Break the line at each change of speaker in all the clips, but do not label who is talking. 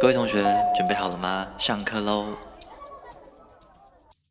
各位同学，准备好了吗？上课喽！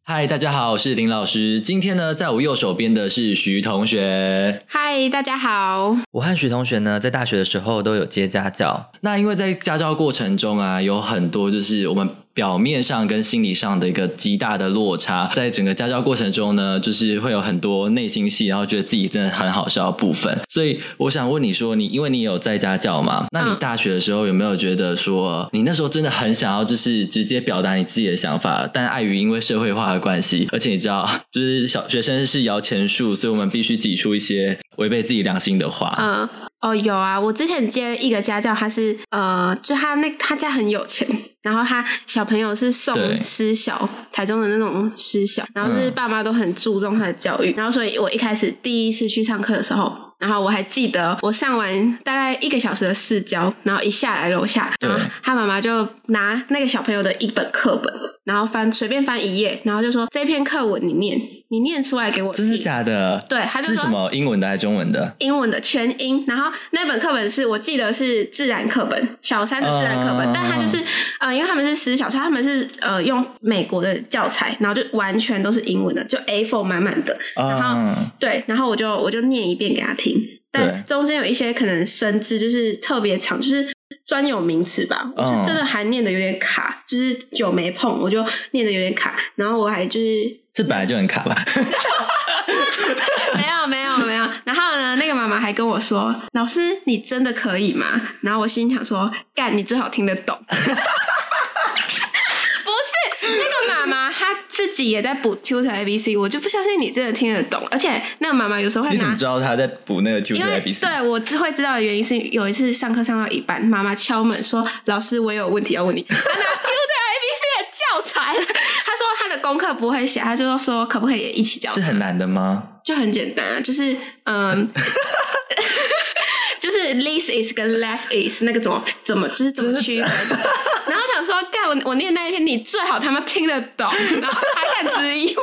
嗨，大家好，我是林老师。今天呢，在我右手边的是徐同学。
嗨，大家好。
我和徐同学呢，在大学的时候都有接家教。
那因为在家教过程中啊，有很多就是我们表面上跟心理上的一个极大的落差，在整个家教过程中呢，就是会有很多内心戏，然后觉得自己真的很好笑的部分。所以我想问你说，你因为你有在家教嘛？那你
嗯
大学的时候有没有觉得说，你那时候真的很想要就是直接表达你自己的想法，但碍于因为社会化的关系，而且你知道，就是小学生是摇钱树，所以我们必须挤出一些违背自己良心的话。
嗯，哦，有啊，我之前接一个家教，他是呃，就他那他家很有钱， 然后他小朋友是
对
送私小，台中的那种私小，然后就是
嗯
爸妈都很注重他的教育，然后所以我一开始第一次去上课的时候。然后我还记得，我上完大概一个小时的试教，然后一下来楼下，
对
然后他妈妈就拿那个小朋友的一本课本，然后翻随便翻一页，然后就说这篇课文你念，你念出来给我听。
真的假的？
对他就是说
什么英文的还是中文的？
英文的全英，然后那本课本是我记得是自然课本，小三的自然课本，
嗯
但它就是呃，因为他们是私小，所以他们是呃用美国的教材，然后就完全都是英文的，就 A4 满满的，然后
嗯，
对，然后我就我就念一遍给他听，
对
但中间有一些可能生字就是特别长，就是专有名词吧，我
嗯
是真的还念的有点卡，就是久没碰，我就念的有点卡，然后我还就是
这本来就很卡吧？
没有没有没有。然后呢，那个妈妈还跟我说：“老师，你真的可以吗？”然后我心里想说：“干，你最好听得 懂。”不是那个妈妈，她自己也在补 Tutor ABC，我就不相信你真的听得懂。而且那个妈妈有时候会
你怎么
拿
知。道他在补那个
因
Tutor
为
ABC？
对啊我只会知道的原因是有一次上课上到一半，妈妈敲门说：“老师，我有问题要问你。”她拿 Tutor ABC 的教材， 她说她的功课不会写，她就说可不可以也一起教？
是很难的吗？
就很简单啊，就是 嗯，就是 this is 跟 that is 那个怎么怎么就是怎么区分。然后想说，干我我念那一篇，你最好他妈听得懂，然后还敢质疑我。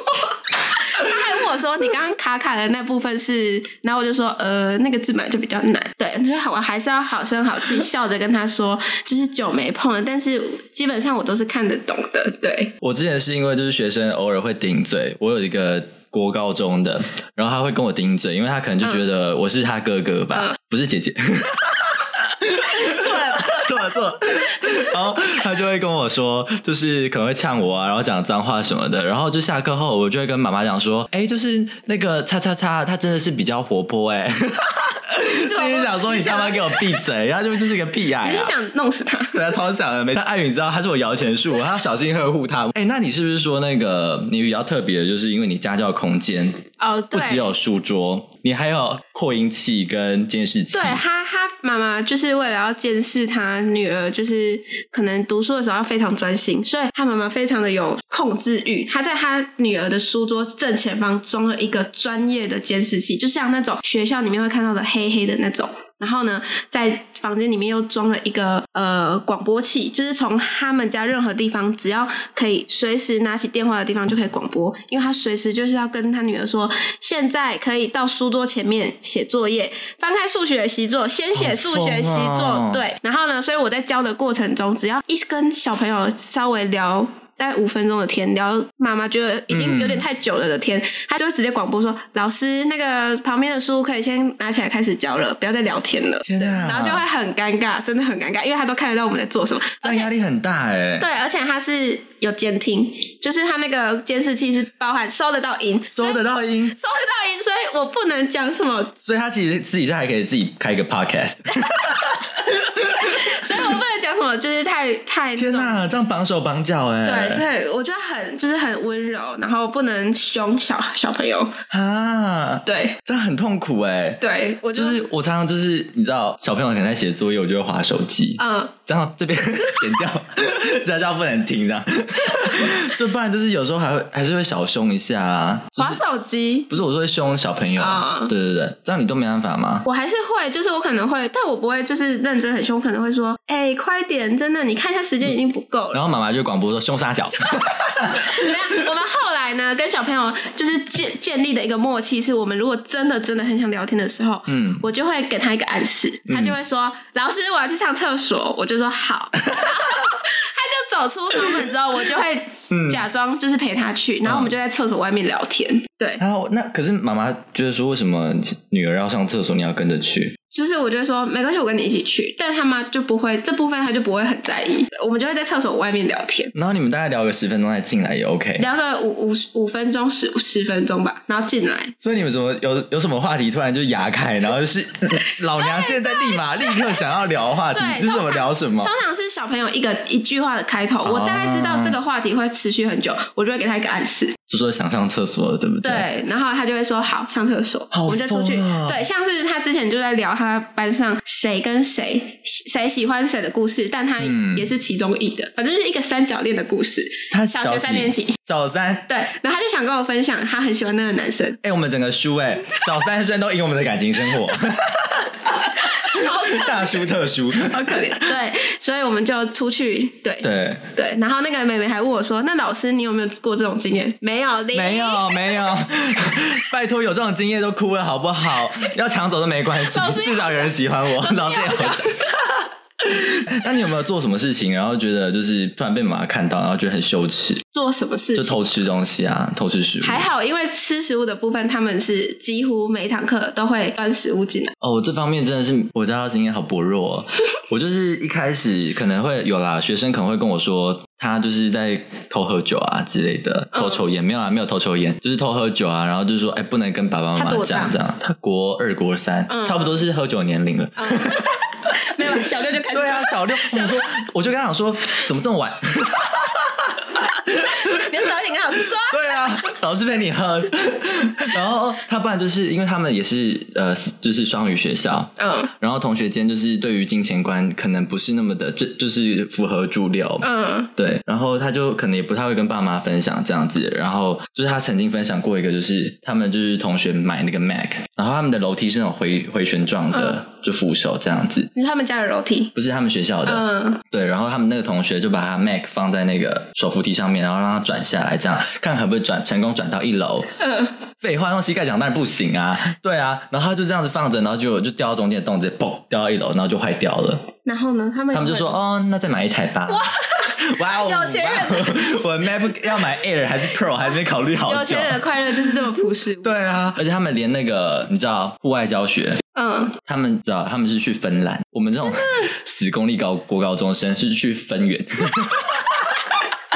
他还问我说：“你刚刚卡卡的那部分是？”然后我就说：“呃，那个字本来就比较难。”对，所以我还是要好声好气，笑着跟他说：“就是久没碰了，但是基本上我都是看得懂的。”对，
我之前是因为就是学生偶尔会顶嘴，我有一个。国高中的，然后他会跟我顶嘴，因为他可能就觉得我是他哥哥吧，
嗯
不是姐姐，
错了吧？
错了错了。然后他就会跟我说，就是可能会呛我啊，然后讲脏话什么的。然后就下课后，我就会跟妈妈讲说，哎，就是那个叉叉叉，他真的是比较活泼 哎、 心里想说你他妈给我闭嘴，然后就就是个屁孩、啊。
你是不是想弄死他？
对啊，超想的。没，但艾云你知道他是我摇钱树，我要小心呵护他。哎、那你是不是说那个你比较特别，的就是因为你家教空间
哦，
不
对，
只有书桌，你还有扩音器跟监视器。
对他，他妈妈就是为了要监视他女儿，就是可能读书的时候要非常专心，所以他妈妈非常的有控制欲。他在他女儿的书桌正前方装了一个专业的监视器，就像那种学校里面会看到的黑黑的那种。然后呢，在房间里面又装了一个呃广播器，就是从他们家任何地方，只要可以随时拿起电话的地方就可以广播，因为他随时就是要跟他女儿说，现在可以到书桌前面写作业，翻开数学习作，先写数学习
好
作，
疯哦
对。然后呢，所以我在教的过程中，只要一跟小朋友稍微聊。大概五分钟的天，聊妈妈觉得已经有点太久了的天，他就会直接广播说：“老师，那个旁边的书可以先拿起来开始教了，不要再聊天了。”
天哪，
然后就会很尴尬，真的很尴尬，因为他都看得到我们在做什么。
那压力很大哎、
对，而且他是有监听，就是他那个监视器是包含收得到音，所以
收得到音，
收得到音，所以我不能讲什么，
所以他其实私底下还可以自己开一个 podcast。
所以我不能讲什么，就是太太那
天
种。
哪，这样绑手绑脚哎、
对对，我觉得很就是很温柔，然后不能凶小小朋友。
啊，
对
这样很痛苦哎、
对，我
就
就是
我常常就是你知道，小朋友可能在写作业，我就会划手机。
嗯，
这样这边剪掉， 家教不能听这样，就不然就是有时候还会还是会小凶一下啊，
划手机。
不是我说会凶小朋友啊，
啊
对对对，这样你都没办法吗？
我还是会，就是我可能会，但我不会就是认真很凶，可能会说，哎、快点，真的，你看一下时间已经不够了。
然后妈妈就广播说凶杀小，
没有，我们后来呢，跟小朋友就是建建立的一个默契，是我们如果真的真的很想聊天的时候，
嗯，
我就会给他一个暗示，他就会说：“老师，我要去上厕所。”我就说：“好。” 走出房门之后，我就会
嗯
假装就是陪他去，然后我们就在厕所外面聊天。对，
然后那可是妈妈觉得说，为什么女儿要上厕所，你要跟着去？
就是我就会说没关系，我跟你一起去，但他妈就不会这部分他就不会很在意，我们就会在厕所外面聊天。
然后你们大概聊个十分钟再进来也 OK。
聊个五五五分钟十十分钟吧，然后进来，
所以你们怎么有有什么话题突然就牙开，然后就是老娘现在立马立刻想要聊的话题，
对
就是
通
我们
常
聊什么
通？常是小朋友一个一句话的开头，我大概知道这个话题会持续很久，我就会给他一个暗示，
就说想上厕所了，对不对？
对，然后他就会说好，上厕所，
好
我们就出去
疯啊。
对，像是他之前就在聊他班上谁跟谁喜谁喜欢谁的故事，但他
嗯
也是其中一个，反正就是一个三角恋的故事。
他
小
几
学三年级，
小三。
对，然后他就想跟我分享他很喜欢那个男生，
哎、我们整个书哎、小三生都赢我们的感情生 活，大书特书，好可怜。
对，所以我们就出去，对
对，
对，然后那个妹妹还问我说：“那老师，你有没有过这种经验？”没有，零
没。有没有， 拜托有这种经验都哭了好不好？要抢走都没关系
老师，也
至少有人喜欢我，老师也好想。 那你有没有做什么事情，然后觉得就是突然被妈妈看到，然后觉得很羞耻，
做什么事
就
情？
偷吃东西啊，偷吃食物？
还好，因为吃食物的部分，他们是几乎每一堂课都会端食物进来。
哦，我这方面真的是我家教经验好薄弱、哦。 我就是一开始可能会有啦，学生可能会跟我说，他就是在偷喝酒啊之类的，
嗯
偷抽烟、没有啦，啊没有偷抽烟，就是偷喝酒啊，然后就说，哎、不能跟爸爸妈
他多
妈
大
讲这样。他国二、国三，
嗯
差不多是喝酒年龄了。
嗯，没有小六就开始。
对啊，小六，我说，我就跟他讲说，怎么这么晚？
你要早一点跟老师说。
对啊，老师陪你喝。 然后他不然就是因为他们也是呃，就是双语学校，
嗯
然后同学间就是对于金钱观可能不是那么的，这就是符合主流。
嗯，
对，然后他就可能也不太会跟爸妈分享这样子。然后就是他曾经分享过一个，就是他们就是同学买那个 Mac，然后他们的楼梯是那种回回旋状的，就扶手这样子，
你说他们家的楼梯。
不是他们学校的。
嗯，
对，然后他们那个同学就把他 Mac 放在那个手扶梯上面，然后让它转下来，这样看可不可以转成功转到一楼。
嗯，
废话，用膝盖讲当然不行 啊，对啊，然后他就这样子放着，然后就就掉到中间的洞，直接嘣掉到一楼，然后就坏掉了。
然后呢？他们
他们就说哦，那再买一台吧。哇哦，
有钱人
哇哦我 MacBook 要买 Air 还是 Pro 还没考虑好
有
久
钱。人的快乐就是这么朴实。
对啊，而且他们连那个你知道户外教学，
嗯，
他们知道他们是去芬兰，我们这种死公立高国高中生是去芬园。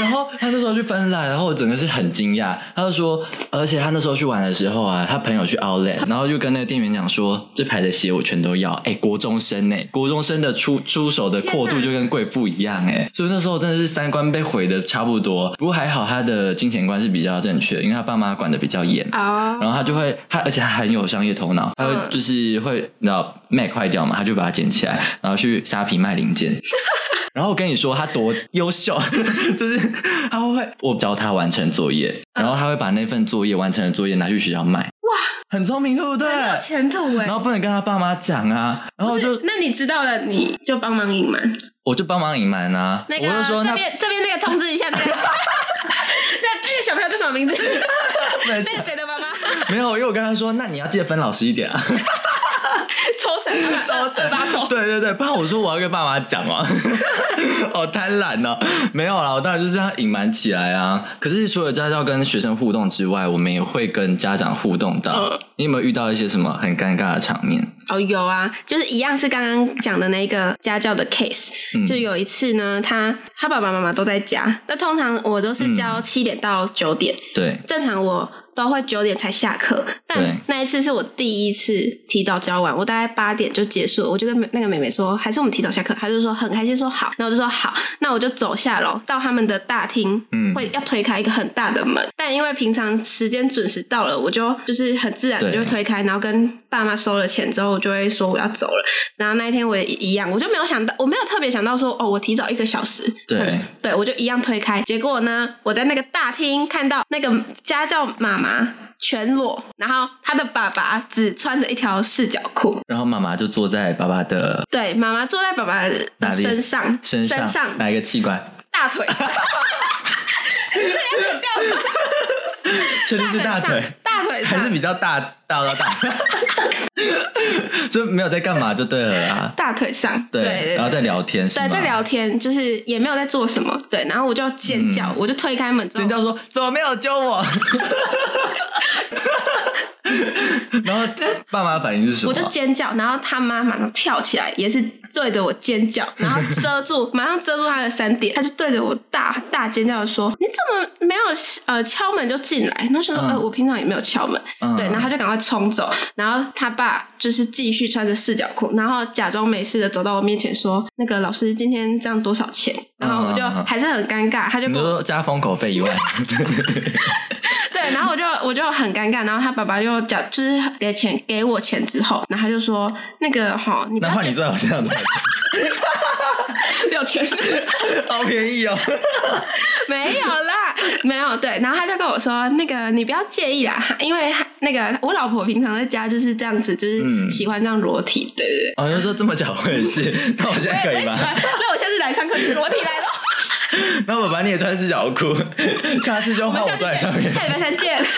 然后他那时候去芬兰，然后我整个是很惊讶。他就说，而且他那时候去玩的时候啊，他朋友去 Outlet，然后就跟那个店员讲说，这排的鞋我全都要。哎，国中生呢、国中生的出出手的阔度就跟贵妇一样哎、所以那时候真的是三观被毁的差不多。不过还好他的金钱观是比较正确，因为他爸妈管的比较严。
啊，
然后他就会，他而且他很有商业头脑，他
嗯
会就是会，你知道 Mac 坏掉嘛，他就把它捡起来，然后去虾皮卖 零件。然后我跟你说他多优秀， 就是他会我教他完成作业，然
嗯
后他会把那份作业完成的作业拿去学校卖。哇，很聪明对不对？
很有前途哎
然。后不能跟他爸妈讲啊，然后
不
我
是
就，
那你知道了，你就帮忙隐瞒。
我就帮忙隐瞒啊，
那
我就
个
说
这
那
边这边那个通知一下， 那个那那个小朋友叫什么名字？那个谁的 妈妈？
没有，因为我跟他说，那你要记得分老师一点啊。
抽成妈妈，
超
二八抽。
对对对，不然我说我要跟爸妈讲 哦，好贪婪哦，没有啦，我当然就是要隐瞒起来啊。可是除了家教跟学生互动之外，我们也会跟家长互动到。
嗯
你有没有遇到一些什么很尴尬的场面？
哦，有啊，就是一样是刚刚讲的那个家教的 case，、
嗯
就有一次呢，他他爸爸妈妈都在家，那通常我都
嗯
是教七点到九点，
对，
正常我都会九点才下课，但
对
那一次是我第一次提早教完，我大概八点就结束了，我就跟那个妹妹说，还是我们提早下课，她就说很开心，说好，那我就说好，那我就走下楼到他们的大厅，
嗯
会要推开一个很大的门，但因为平常时间准时到了，我就就是很自然的
对
就会推开，然后跟爸妈收了钱之后，我就会说我要走了，然后那一天我也一样，我就没有想到，我没有特别想到说哦，我提早一个小时，
对
嗯对，我就一样推开。结果呢，我在那个大厅看到那个家教妈妈全裸，然后她的爸爸只穿着一条四角裤。
然后妈妈就坐在爸爸的
对，妈妈坐在爸爸
哪
的
里
身上，
身上，
身上
哪一个器官？
大 腿，
确定是
腿
大腿
上，大大腿
还是
上，
比较大大到 大，就没有在干嘛就对了啦。
大腿上，对对
对，
对
然后再聊天是吗？
对，在聊天，就是也没有在做什么，对，然后我就尖叫，我就推开门之后
嗯尖，叫说怎么没有揪 我？然后爸妈反应是什么？
我就尖叫，然后他妈马上跳起来，也是对着我尖 叫，然后遮住，马上遮住他的三点，他就对着我大大尖叫地说：“你怎么没有呃敲门就进来？”然后想说：“
嗯
呃，我平常也没有敲门。
嗯
对，然后他就赶快冲走，然后他爸就是继续穿着四角裤，然后假装没事的走到我面前说：“那个老师今天这样多少钱？”然后我就
嗯嗯嗯
还是很尴尬，他就
你
跟
就
我
说加封口费一 万，
对，然后我就我就很尴尬，然后他爸爸就讲，就是给钱给我钱之后，然后他就说那个哈，你不
那
要
换你坐在我身上多 少钱？
六千，
好便宜哦！
没有啦，没有对，然后他就跟我说那个你不要介意啦，因为他那个我老婆平常在家就是这样子，就是
嗯
喜欢这样裸体，对对对。
我哦就说这么巧，我也 是，那我现在
我
可
也
以
喜
吗？
欢， 那我下次来上课就是裸体来咯。
那我把你也穿四角 裤，下次就
我
换
们
哦我
下次
坐在上面
见，。下礼拜三见。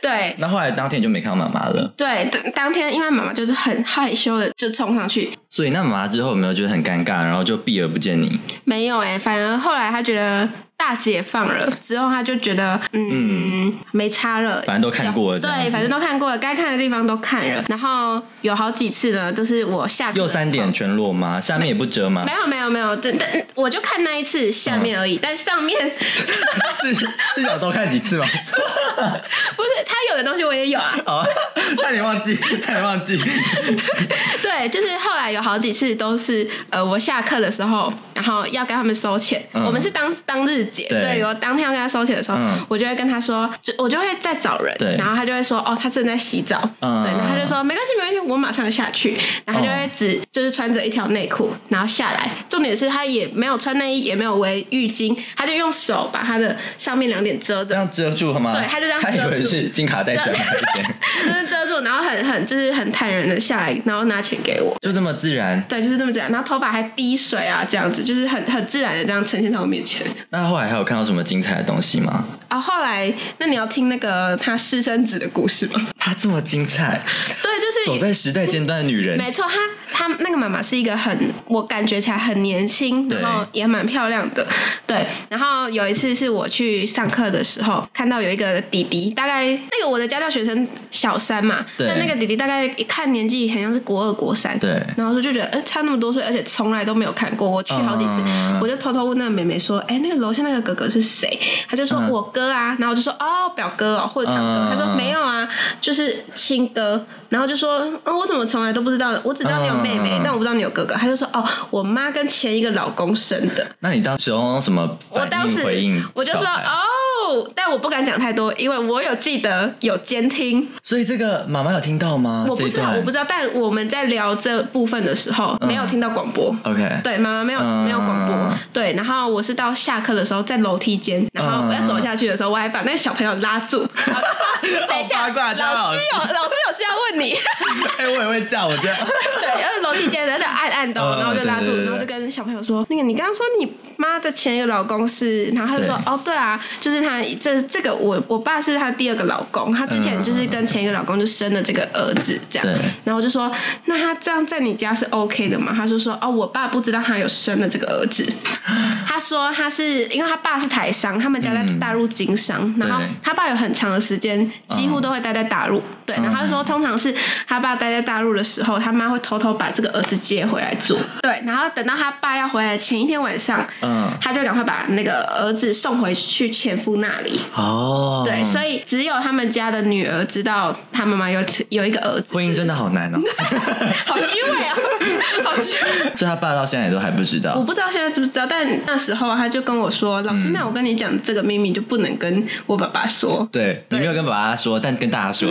对，
那后来当天你就没看到妈妈了，
对，当当天因为妈妈就是很害羞的就冲上去，
所以那妈妈之后有没有觉得很尴尬，然后就避而不见你？
没有哎、反而后来她觉得大解放了，之后她就觉得嗯没差了，
反正都看过了，这样
对，
子
反正都看过了，该看的地方都看了。然后有好几次呢，都是我下课的
又
时候
三点全裸吗？下面也不遮吗
没？有没有没有，但但我就看那一次下面而已，但上面
至 至少多看几次吗？
不是他有的东西我也有啊。
好， 差点忘记，差点忘记。
对，就是后来有好几次都是呃，我下课的时候，然后要跟他们收钱。
嗯
我们是当当日结，
对
所以我当天要跟他收钱的时候，
嗯
我就会跟他说，就我就会再找人，
对
然后他就会说，哦，他正在洗澡，
嗯
对，然后他就说没关系没关系，我马上下去，然后他就会
嗯
只、就是穿着一条内裤，然后下来，重点是他也没有穿内衣，也没有围浴巾，他就用手把他的上面两点遮
这
着，
样遮住好吗？
对他就这样遮住
以为是金卡戴上还是怎样，
就是遮住，然后很很就是很坦然的下来，然后拿钱给我。
就这么自然。
对，就是这么自然。然后头发还滴水啊，这样子，就是很很自然的这样呈现在我面前。
那后来还有看到什么精彩的东西吗？
啊，后来那你要听那个他私生子的故事吗？
她这么精彩，
对，就是
走在时代尖端的女人，
没错，她她那个妈妈是一个很，我感觉起来很年轻，
对
然后也蛮漂亮的，对。然后有一次是我去上课的时候，看到有一个弟弟，大概那个我的家教学生小三嘛，
对
但那个弟弟大概一看年纪很像是国二国三，
对
然后就觉得，哎、差那么多岁，而且从来都没有看过，我去好几次，
嗯
我就偷偷问那个妹妹说，哎、那个楼下那个哥哥是谁？她就说、
嗯
我哥啊，然后我就说哦，表哥哦，或者堂哥，
嗯
她说没有。没有啊，就是亲哥。然后就说，嗯，我怎么从来都不知道？我只知道你有妹妹，
嗯
但我不知道你有哥哥。他就说，哦，我妈跟前一个老公生的。
那你当时用什么
我
反
当
应
时
回应？
我就说，哦。但我不敢讲太多，因为我有记得有监听，
所以这个妈妈有听到吗？
我不知道，我不知道。但我们在聊这部分的时
嗯
候，没有听到广播。
道。OK，
对，妈妈没有、
嗯
没有广播，对。然后我是到下课的时候，在楼梯间，然后
嗯
我要走下去的时候，我还把那个小朋友拉 住，然后就说：“等一
好
下，
八卦张
老
老
师
师
有老师有事要问你。”
哎、我也会叫，我这样。
对，然后楼梯间在那暗暗的哦，
嗯
然后就拉住
对对，对
然后就跟小朋友说，那个你刚刚说你妈的前一个老公是，然后他就说，
对
哦，对啊，就是他这这个我我爸是他第二个老公，他之前就是跟前一个老公就生了这个儿子这样
对，
然后我就说，那他这样在你家是 OK 的吗？他就说，哦，我爸不知道他有生了这个儿子， 他说他是因为他爸是台商，他们家在大陆经商，然后
对
他爸有很长的时间几乎都会待在大陆，对，然后他就说通常是他爸待在大陆的时候，他妈会偷偷把这个儿子接回来住，对，然后等到他爸要回来前一天晚上，
嗯
他就赶快把那个儿子送回去前夫那里，
哦，
对，所以只有他们家的女儿知道他妈妈有有一个儿子，
婚姻真的好难哦。
好虚伪 啊，好虚伪。
所以他爸到现在也都还不知
我
道。
不知道现在知不知道，但那时候他就跟我说：“老师，那我跟你讲这个秘密，就不能跟我爸爸说。
对 你没有跟爸爸说，但跟大家说。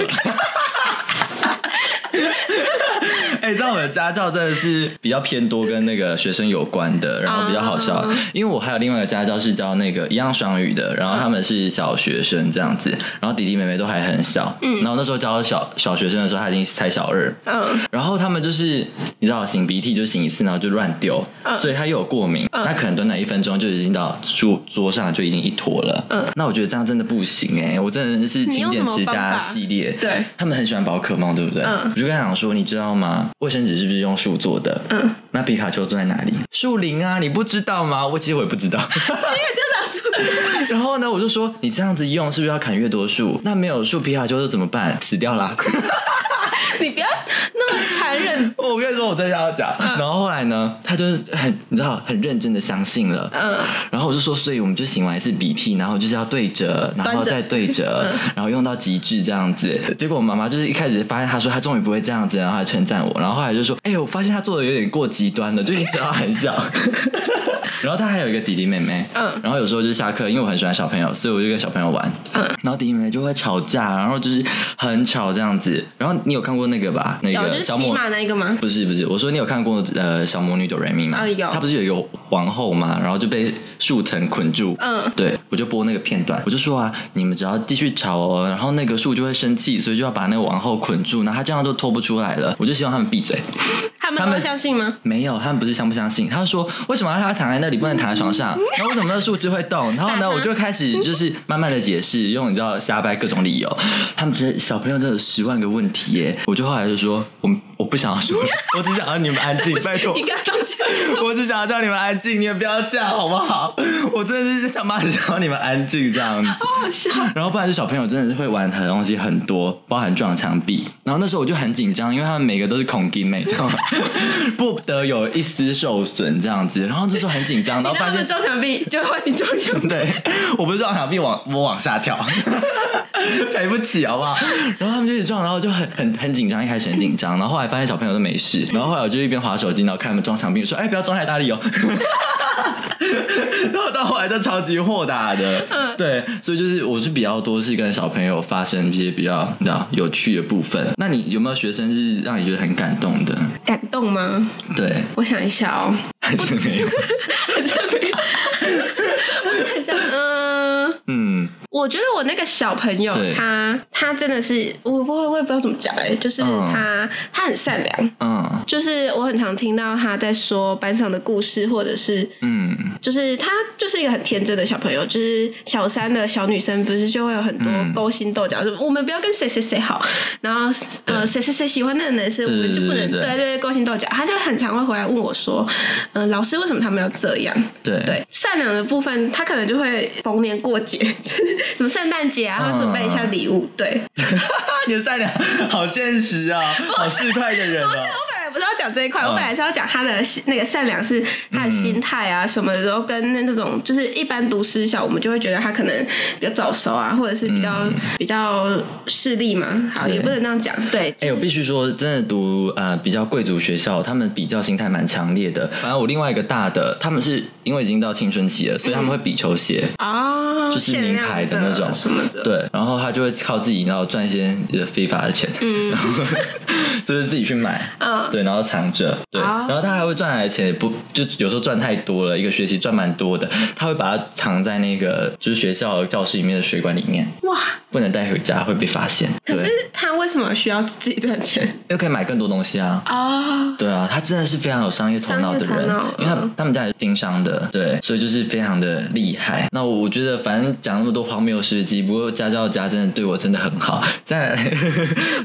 哎、哎、但我的家教真的是比较偏多跟那个学生有关的，然后比较好笑
啊，
因为我还有另外一个家教是教那个一样双语的，然后他们是小学生这样子，然后弟弟妹妹都还很小，嗯，然后那时候教小小学生的时候，他已经才小二，
嗯，
然后他们就是你知道擤鼻涕就擤一次，然后就乱丢，
嗯
所以他又有过敏，那可能短短一分钟就已经到桌桌上就已经一坨了。那我觉得这样真的不行哎、我真的是
嗯你
勤
用什
俭
么
持
方
家
法
系列，
对嗯
他们很喜欢宝可梦，对不对？我就跟他讲说，你知道吗？卫生纸是不是用树做的？嗯，那皮卡丘坐在哪里？树林啊，你不知道吗？我其实我也不知道。 然后呢，我就说你这样子用是不是要砍越多树？那没有树，皮卡丘是怎么办？死掉啦！
你不要那么残 忍。
我跟你说，我真的要
嗯
讲。然后后来呢，他就是很你知道很认真的相信了。
嗯，
然后我就说，所以我们就擤完一次鼻涕，然后就是要对折，然后
端着嗯
再对折，然后用到极致这样子。结果我妈妈就是一开始发现，她说她终于不会这样子，然后还称赞我，然后后来就说，哎、我发现她做的有点过极端 了，就你知道很小。然后她还有一个弟弟妹妹，
嗯
然后有时候就下课，因为我很喜欢小朋友，所以我就跟小朋友玩，嗯，然后弟弟妹妹就会吵架，然后就是很吵这样子。然后你有看过那个吧？那
有就
个
是
小
骑
莫
马那一个吗？
不是不是，我说你有看过呃小魔女哆瑞咪吗？
啊有
她不是有一个王后嘛，然后就被树藤捆住。
嗯
对，我就播那个片段，我就说啊，你们只要继续吵哦，然后那个树就会生气，所以就要把那个王后捆住，然后她这样都脱不出来了。我就希望他们闭嘴。
他们
他
都
们
相信吗？
没有，他们不是相不相信，他就说为什么让他躺在那里不能躺在床上？然后为什么那个树枝会动？然后呢，我就开始就是慢慢的解释，用你知道瞎掰各种理由。他们觉得小朋友真的有十万个问题耶，我就后来就说，我我不想要说，我只想要你们安静，拜托
你，跟他道歉。
我只想要叫你们安静，你们不要这样好不好？我真的是他妈很想要你们安静这样子。
好笑。
然后不然就小朋友真的是会玩的东西很多，包含撞墙壁。然后那时候我就很紧张，因为他们每个都是恐惊妹，知道吗？ 不得有一丝受损这样子。然后这时候很紧张，然后
他
发
们
现
撞墙壁就换你撞墙壁，
对，我不是撞墙壁往我往下跳， 赔不起好不好？然后他们就一直撞，然后就很很很紧张，一开始很紧张，然后后来发现小朋友都没事，然后后来我就一边划手机，然后看他们撞墙壁，说哎、不要撞太大力哦。 然后到后来就超级豁达的，对，所以就是我是比较多是跟小朋友发生一些比较你知道有趣的部分。那你有没有学生是让你觉得很感动的？
感动吗？
对，
我想一下 哦，
还是没有？
这边我想一下，嗯、
嗯，
我觉得我那个小朋友
对，
他他真的是，我我我也不知道怎么讲哎、就是
嗯
他、他很善良，
嗯，
就是我很常听到他在说班上的故事，或者是
嗯，
就是她就是一个很天真的小朋友，就是小三的小女生，不是就会有很多
嗯
勾心斗角，就我们不要跟谁谁谁好，然后呃谁谁谁喜欢那个男生，我
对
们就不
对
能
对
对
对
对对勾心斗角。她就很常会回来问我说，嗯、老师为什么他们要这样？
对
对，善良的部分，她可能就会逢年过节，就是什么圣诞节啊，
嗯
会准备一下礼物。对，
你的善良 好现实啊，好市侩的人啊。
我本来不是要讲这一块，
嗯
我本来是要讲他的心那个善良是他的心态啊什么的，然后跟那种就是一般读私校，我们就会觉得他可能比较早熟啊，或者是比较、比较势利嘛。好，
嗯对
也不能这样讲，对。
哎、我必须说，真的读呃比较贵族学校，他们比较心态蛮强烈的。反正我另外一个大的，他们是因为已经到青春期了，所以他们会比球鞋。
啊，
就是
限
名
量
牌的那种
什么的，
对，然后他就会靠自己，然后赚一些呃非法的钱，嗯， 然后就是自己去买，
嗯
对，然后藏着，对，
啊
然后他还会赚来的钱也不，就有时候赚太多了，一个学期赚蛮多的，他会把它藏在那个就是学校教室里面的水管里面，
哇！
不能带回家，会被发现。
可是
对
他为什么需要自己赚钱
又可以买更多东西啊，
啊？
对啊，他真的是非常有商业头脑的
商业
人
头脑，
因为他
嗯
他们家也是经商的，对，所以就是非常的厉害。那我觉得反正讲那么多荒谬事迹，不过家教家真的对我真的很好，在，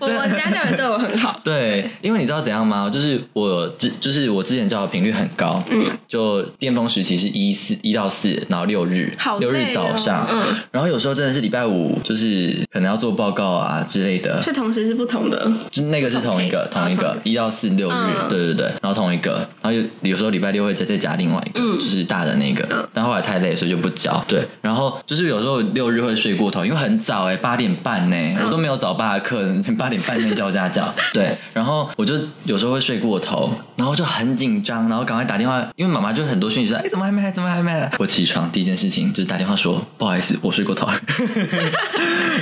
我我家教也对我很好
对，因为你知道怎样吗？就是我之就是我之前教的频率很高，嗯，就巅峰时期是一四一到四，然后六日，
好
六
累
日
哦
早上，
嗯，
然后有时候真的是礼拜五，就是可能要做报告啊之类的，
是同时是不同的。
就那个是同一个，
同
同一
case，啊
个
同
一到四六日，
嗯
对对对，然后同一个，然后有有时候礼拜六会再再加另外一个，
嗯
就是大的那个，但后来太累，所以就不教。对，然后就是有时候六日会睡过头，因为很早哎、八点半呢、
嗯
我都没有早八的课， 八点半先教家 教。对，然后我就有时候会睡过头，然后就很紧张，然后赶快打电话，因为妈妈就很多讯息说，哎、怎么还没来？ 怎么还没来？我起床第一件事情就是打电话说，不好意思，我睡过头了。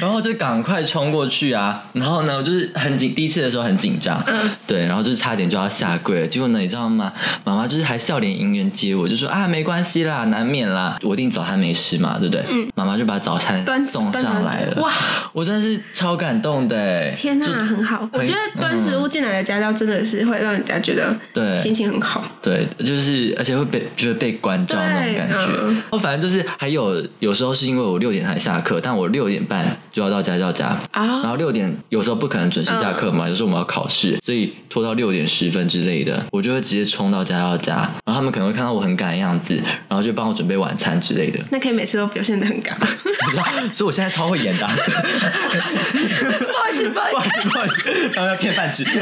然后就赶快冲过去啊！然后呢，我就是很紧，第一次的时候很紧张，
嗯
对，然后就是差点就要下跪了。结果呢，你知道吗？妈妈就是还笑脸迎人接我，就说啊，没关系啦，难免啦，我订早餐没事嘛，对不对？妈妈就把早餐
嗯端
送
端
上
上
来了，
哇！
我真的是超感动的欸，
天呐
就，嗯
很好！我觉得端食物进来的家教真的是会让人家觉得
对
心情很好。
对，就是而且会被觉得被关照那种
对
感觉。
嗯
哦，反正就是还有有时候是因为我六点才下课，但我六点半就要到家教家。
啊
然后六点有时候不可能准时下课嘛，
嗯
有时候我们要考试，所以拖到六点十分之类的，我就会直接冲到家教家，然后他们可能会看到我很赶的样子，然后就帮我准备晚餐之类的。
那可以每次都表现的很敢。不
所以我现在超会演的、啊，
好意思，不好意
不
思
好意思，不好意思，刚刚骗饭吃。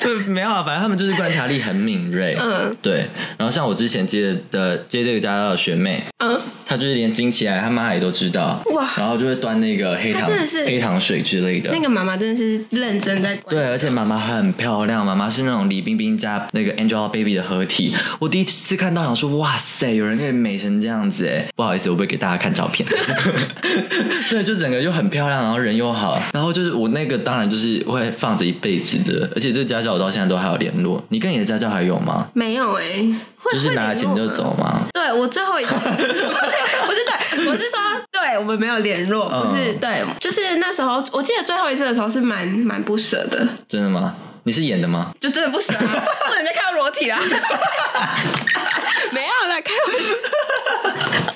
对，没有啊，反正他们就是观察力很敏锐。
嗯，
对。然后像我之前接的接这个家教的学妹，
嗯，
她就是连惊起来，她妈也都知道。
哇
然后就会端那个黑糖
她真的是
黑糖水之类的。
那个妈妈真的是认真在关
对，
心。
而且妈妈很漂亮，妈妈是那种李冰冰加那个 Angelababy 的合体。我第一次看到，想说哇塞，有人可以美成这样子哎！不好意思，我不会给大家看照片。 对，就整个又很漂亮，然后人又好，然后就是我那个当然就是会放着一辈子的，而且这家教我到现在都还有联络。你跟你的家教还有吗？
没有哎、会
就是拿了钱就。
会联络
走
吗
吗？
对我最后一，不 是不是对，我是说，对我们没有联络，
嗯
不是对，就是那时候我记得最后一次的时候是蛮蛮不舍的，
真的吗？你是演的吗？
就真的不舍、啊， 不能再看到裸体啦。没有啦，开玩笑。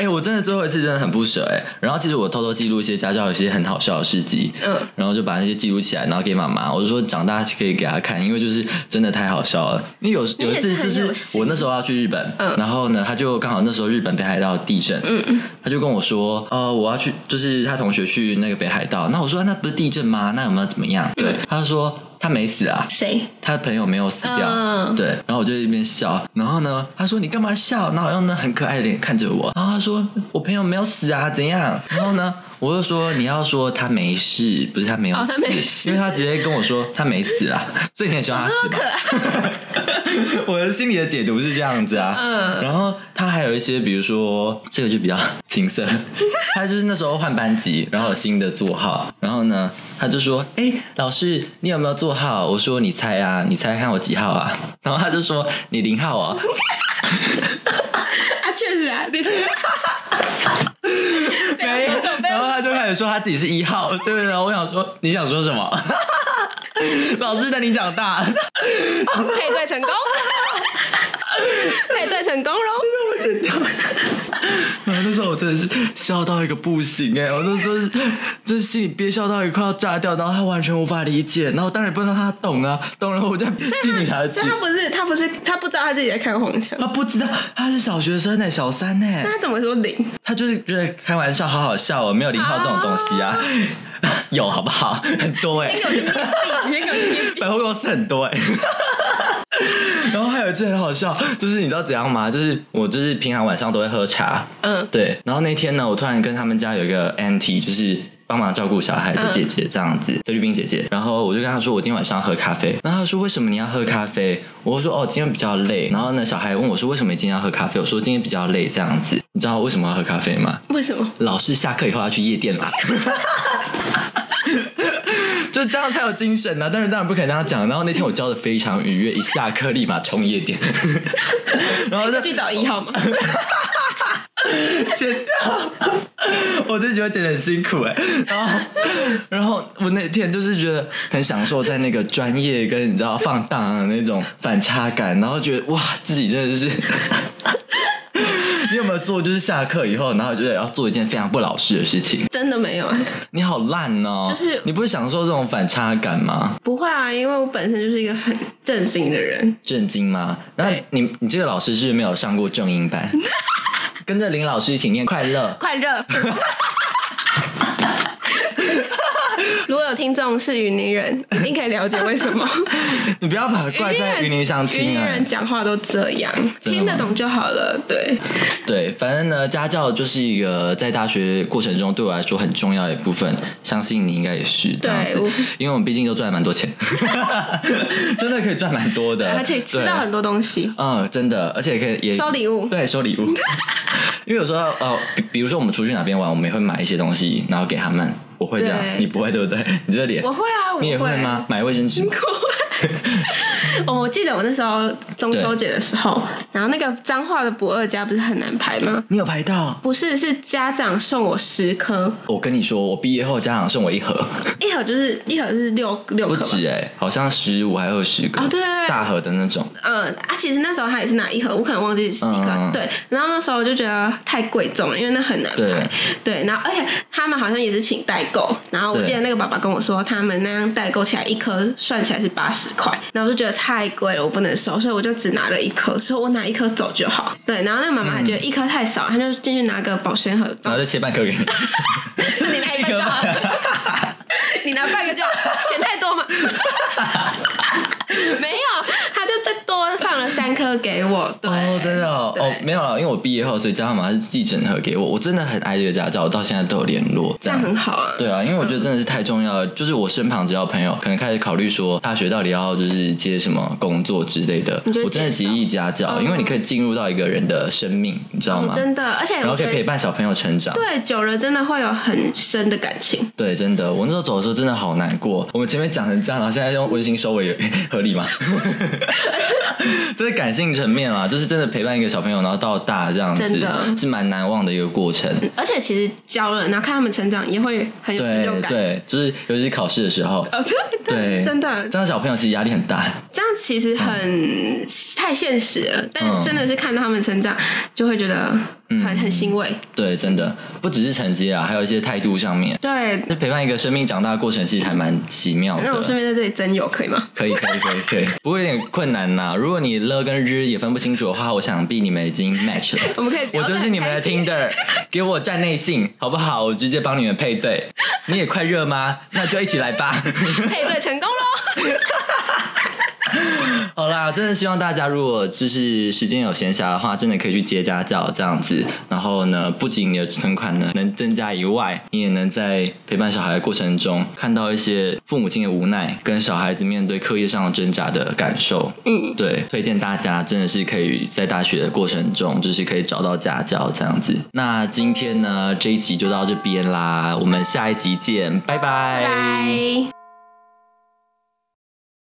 哎、我真的最后一次真的很不舍哎、然后其实我偷偷记录一些家教有一些很好笑的事迹，
嗯
然后就把那些记录起来，然后给妈妈。我就说长大可以给她看，因为就是真的太好笑了。因为有有一次就
你也是很有
是
心
我那时候要去日本，
嗯
然后呢，他就刚好那时候日本北海道地震，嗯，他就跟我说，呃，我要去，就是他同学去那个北海道，那我说那不是地震吗？那有没有怎么样？
嗯
对，他就说他没死啊，
谁？
他的朋友没有死掉，
嗯
对，然后我就在一边笑，然后呢，他说你干嘛笑？然后用那很可爱的脸看着我，然后他说我朋友没有死啊，怎样？然后呢，我就说你要说他没事，不是他没有死，
哦他没事
因为他直接跟我说他没死啊，所以你很喜欢他死吧？ 我的心里的解读是这样子啊，
嗯
然后他还有一些，比如说这个就比较情色， 他就是那时候换班级，然后有新的座号，然后呢，他就说，哎、老师你有没有座号？我说你猜啊，你猜看我几号啊？ 然后他就说你零号啊，
啊，确实 啊，你没有准备
然后他就开始说他自己是一号，对对对，我想说你想说什么？ 老师带你长大，
配对成功，配对成功喽！
然后 那时候我真的是笑到一个不行哎、我那时候是就是心里憋笑到一个快要炸掉，然后他完全无法理解，然后当然不能让他懂啊，懂了我就进警察局
所以。他不是他不是他不知道他自己在看黄腔，
他不知道他是小学生呢、欸小三呢、
那他怎么说零？
他就是觉得开玩笑，好好笑哦，没有零号这种东西啊， 有好不好？很多哎、
先给我去面壁，你先给我去面 壁。
百货公司很多哎、然后还有一次很好笑，就是你知道怎样吗？就是我就是平常晚上都会喝茶，
嗯
对。然后那天呢，我突然跟他们家有一个 auntie，就是帮忙照顾小孩的姐姐这样子，菲律宾姐姐。然后我就跟她说，我今天晚上要喝咖啡。然后她说为什么你要喝咖啡？我说哦，今天比较累。然后呢，小孩问我说为什么你今天要喝咖啡？我说今天比较累这样子。你知道我为什么要喝咖啡吗？
为什么？
老师下课以后要去夜店啦。 就这样才有精神呢、啊，但是当然不可能这样讲。然后那天我教的非常愉悦，一下课立马冲夜店， 然后就
去找一号嘛？
哦剪掉。 我就觉得剪得很辛苦哎、然后然后我那天就是觉得很享受在那个专业跟你知道放荡的那种反差感，然后觉得哇自己真的是。 你有没有做？就是下课以后，然后觉得要做一件非常不老实的事情。
真的没有、哎
你好烂哦！
就是
你不会享受这种反差感吗？
不会啊，因为我本身就是一个很正经的人，
震惊吗？然后
对
你你这个老师是不是没有上过正音 班，跟着林老师一起念快乐，
快乐。如果有听众是云林人，一定可以了解为 什么
你不要把怪在云林相
云
亲
林
啊。
人讲话都这样，
真的吗
听得懂就好了。对，
对，反正呢，家教就是一个在大学过程中对我来说很重要的一部分，相信你应该也是这样子
我，
因为我们毕竟都赚蛮多钱， 真的可以赚蛮多的，
而且吃到
对
很多东西，
嗯，真的，而且可以也
收礼物
对，收 礼物。因为有时候呃，比比如说我们出去哪边玩，我们也会买一些东西，然后给他们。我会这样，
对
你不会对不对？ 你这脸，
我会啊，我
你也会吗？买卫生纸吗，
哦，我记得我那时候中秋
对
节的时候，然后那个彰化的不二家不是很难排吗？
你有拍到？
不是，是家长送我十颗，
我跟你说，我毕业后家长送我一盒，
一盒就是一盒是六六
不
颗吧。
止哎、好像十五还二十个
哦对对对
大盒的那种。
嗯啊，其实那时候他也是拿一盒，我可能忘记是几颗。
嗯嗯嗯
对，然后那时候我就觉得太贵重了，因为那很难
对
排。对，然后而且他们好像也是请代购，然后我
对
记得那个爸爸跟我说，他们那样代购起来一颗算起来是八十块，然后我就觉得太贵了，我不能收，所以我就只拿了一颗，所以我拿一颗走就好。对，然后那个妈妈还觉得一颗太少，她就进去拿个保鲜盒，
然后再切半颗给你，
那你拿一半就好 了，你拿半个就好，钱太多嘛。没有，他就再多放了三颗给我。 对，
哦，真的哦，
对
哦，没有了，因为我毕业后，所以家长马上是寄整盒给我。我真的很爱这个家教，我到现在都有联络。
这样很好啊。
对啊，因为我觉得真的是太重要了。 就是我身旁只要朋友可能开始考虑说，大学到底要就是接什么工作之类的
你就，会
我真的
介
极
绍
力家教，
嗯
因为你可以进入到一个人的生命，你知道
哦
吗？，
真的，而且
然后
我
可
觉
以陪
得
伴小朋友成长。
对久了真的会有很深的感情。
对，真的，我那时候走的时候真的好难过。我们前面讲成这样，然后现在用温馨收尾，合 理吗？这是感性层面啦，就是真的陪伴一个小朋友，然后到大这样子
真的，
是蛮难忘的一个过程。
而且其实教了，然后看他们成长，也会很有成就
对
感。
对，就是尤其是考试的时候，
哦，对
对，
真的
这样小朋友其实压力很大。
这样其实很、太现实了，但
嗯
真的是看到他们成长，就会觉得很、很欣慰。
对，真的不只是成绩啊，还有一些态度上面，
对，
就陪伴一个生命长大的过程，其实还蛮奇妙的。
那我顺便在这里征友可以吗？
可以可以可以可以，不过有点困难呐、如果你了跟日也分不清楚的话，我想必你们已经 match 了。
我们可以聊
我就
得
是
很
你们的
开心
Tinder，给我站内信好不好？我直接帮你们配对。你也快热吗？那就一起来吧。
配对成功喽！
好啦，真的希望大家如果就是时间有闲暇的话，真的可以去接家教这样子。然后呢，不仅你的存款呢能增加以外，你也能在陪伴小孩的过程中看到一些父母亲的无奈，跟小孩子面对课业上的挣扎的感受。
嗯，
对，推荐大家真的是可以在大学的过程中，就是可以找到家教这样子。那今天呢，这一集就到这边啦，我们下一集见，拜拜
拜。